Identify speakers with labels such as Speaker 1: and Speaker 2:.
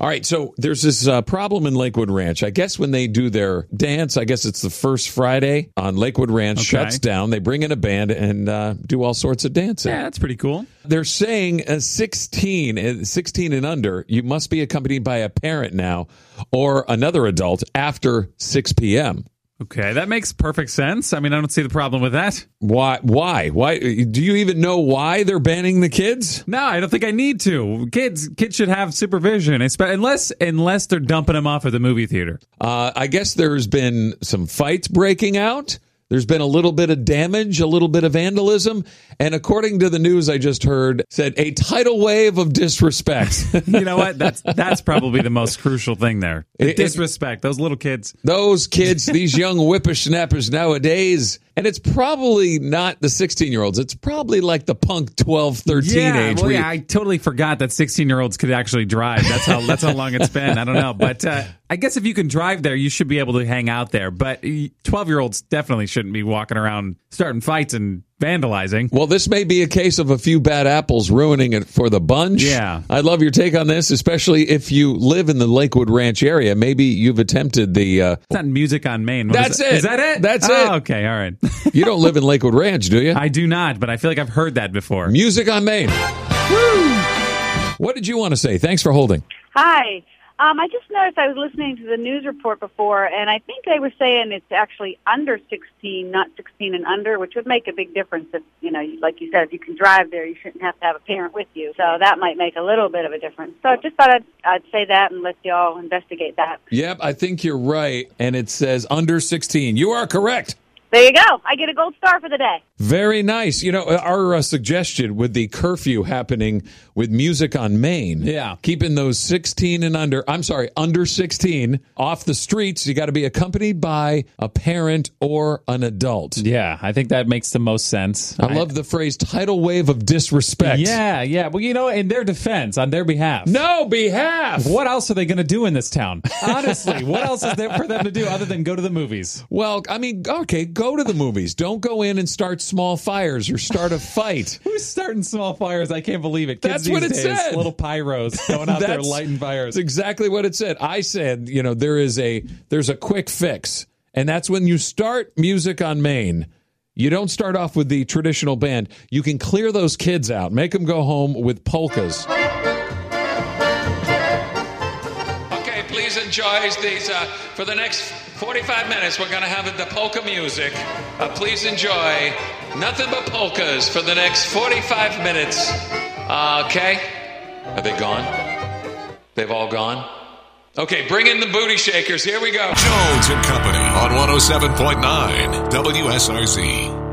Speaker 1: All right, so there's this uh, problem in Lakewood Ranch. I guess when they do their dance, I guess it's the first Friday on Lakewood Ranch
Speaker 2: Okay.
Speaker 1: shuts down. They bring in a band and uh, do all sorts of dancing.
Speaker 2: Yeah, that's pretty cool.
Speaker 1: They're saying uh, 16, uh, 16 and under, you must be accompanied by a parent now or another adult after 6 p.m.
Speaker 2: Okay, that makes perfect sense. I mean, I don't see the problem with that.
Speaker 1: Why? Why? Why? Do you even know why they're banning the kids?
Speaker 2: No, I don't think I need to. Kids, kids should have supervision, espe- unless unless they're dumping them off at the movie theater.
Speaker 1: Uh, I guess there's been some fights breaking out. There's been a little bit of damage, a little bit of vandalism, and according to the news I just heard, said a tidal wave of disrespect.
Speaker 2: You know what? That's that's probably the most crucial thing there.
Speaker 1: It- it-
Speaker 2: Disrespect those little kids.
Speaker 1: Those kids, these young whippersnappers nowadays, and it's probably not the 16 year olds. It's probably like the punk 12, 13
Speaker 2: yeah,
Speaker 1: age.
Speaker 2: well,
Speaker 1: where you-
Speaker 2: yeah, I totally forgot that 16 year olds could actually drive. That's how that's how long it's been. I don't know, but uh, I guess if you can drive there, you should be able to hang out there. But 12 year olds definitely shouldn't be walking around starting fights and vandalizing.
Speaker 1: Well, this may be a case of a few bad apples ruining it for the bunch.
Speaker 2: Yeah.
Speaker 1: I'd love your take on this, especially if you live in the Lakewood Ranch area. Maybe you've attempted the. Uh,
Speaker 2: It's not music on Maine. What
Speaker 1: That's
Speaker 2: is
Speaker 1: it.
Speaker 2: Is that it?
Speaker 1: That's
Speaker 2: Oh,
Speaker 1: it.
Speaker 2: Okay, all right.
Speaker 1: you don't live in Lakewood Ranch, do you?
Speaker 2: I do not, but I feel like I've heard that before.
Speaker 1: Music on Maine. What did you want to say? Thanks for holding.
Speaker 3: Hi. Um, I just noticed I was listening to the news report before, and I think they were saying it's actually under 16, not 16 and under, which would make a big difference. If you know, like you said, if you can drive there, you shouldn't have to have a parent with you. So that might make a little bit of a difference. So I just thought I'd, I'd say that and let y'all investigate that.
Speaker 1: Yep, I think you're right. And it says under 16. You are correct.
Speaker 3: There you go. I get a gold star for the day.
Speaker 1: Very nice. You know, our uh, suggestion with the curfew happening with music on Maine.
Speaker 2: Yeah.
Speaker 1: Keeping those 16 and under, I'm sorry, under 16 off the streets. You got to be accompanied by a parent or an adult.
Speaker 4: Yeah, I think that makes the most sense.
Speaker 1: I love the phrase tidal wave of disrespect.
Speaker 4: Yeah, yeah. Well, you know, in their defense, on their behalf.
Speaker 1: No behalf.
Speaker 4: What else are they going to do in this town? Honestly, what else is there for them to do other than go to the movies?
Speaker 1: Well, I mean, okay, go to the movies. Don't go in and start small fires or start a fight.
Speaker 4: Who's starting small fires? I can't believe it.
Speaker 1: That's
Speaker 4: Kids
Speaker 1: what
Speaker 4: these
Speaker 1: it
Speaker 4: days,
Speaker 1: said.
Speaker 4: Little pyros going out there
Speaker 1: That's-
Speaker 4: lighting fires.
Speaker 1: That's exactly what it said. I said, you know, there is a there's a quick fix, and that's when you start music on Maine. You don't start off with the traditional band. You can clear those kids out, make them go home with polkas.
Speaker 5: Okay, please enjoy these. Uh, for the next 45 minutes, we're going to have the polka music. Uh, please enjoy nothing but polkas for the next 45 minutes. Uh, okay? Are they gone? They've all gone? Okay, bring in the booty shakers. Here we go.
Speaker 6: Jones and Company on 107.9 WSRZ.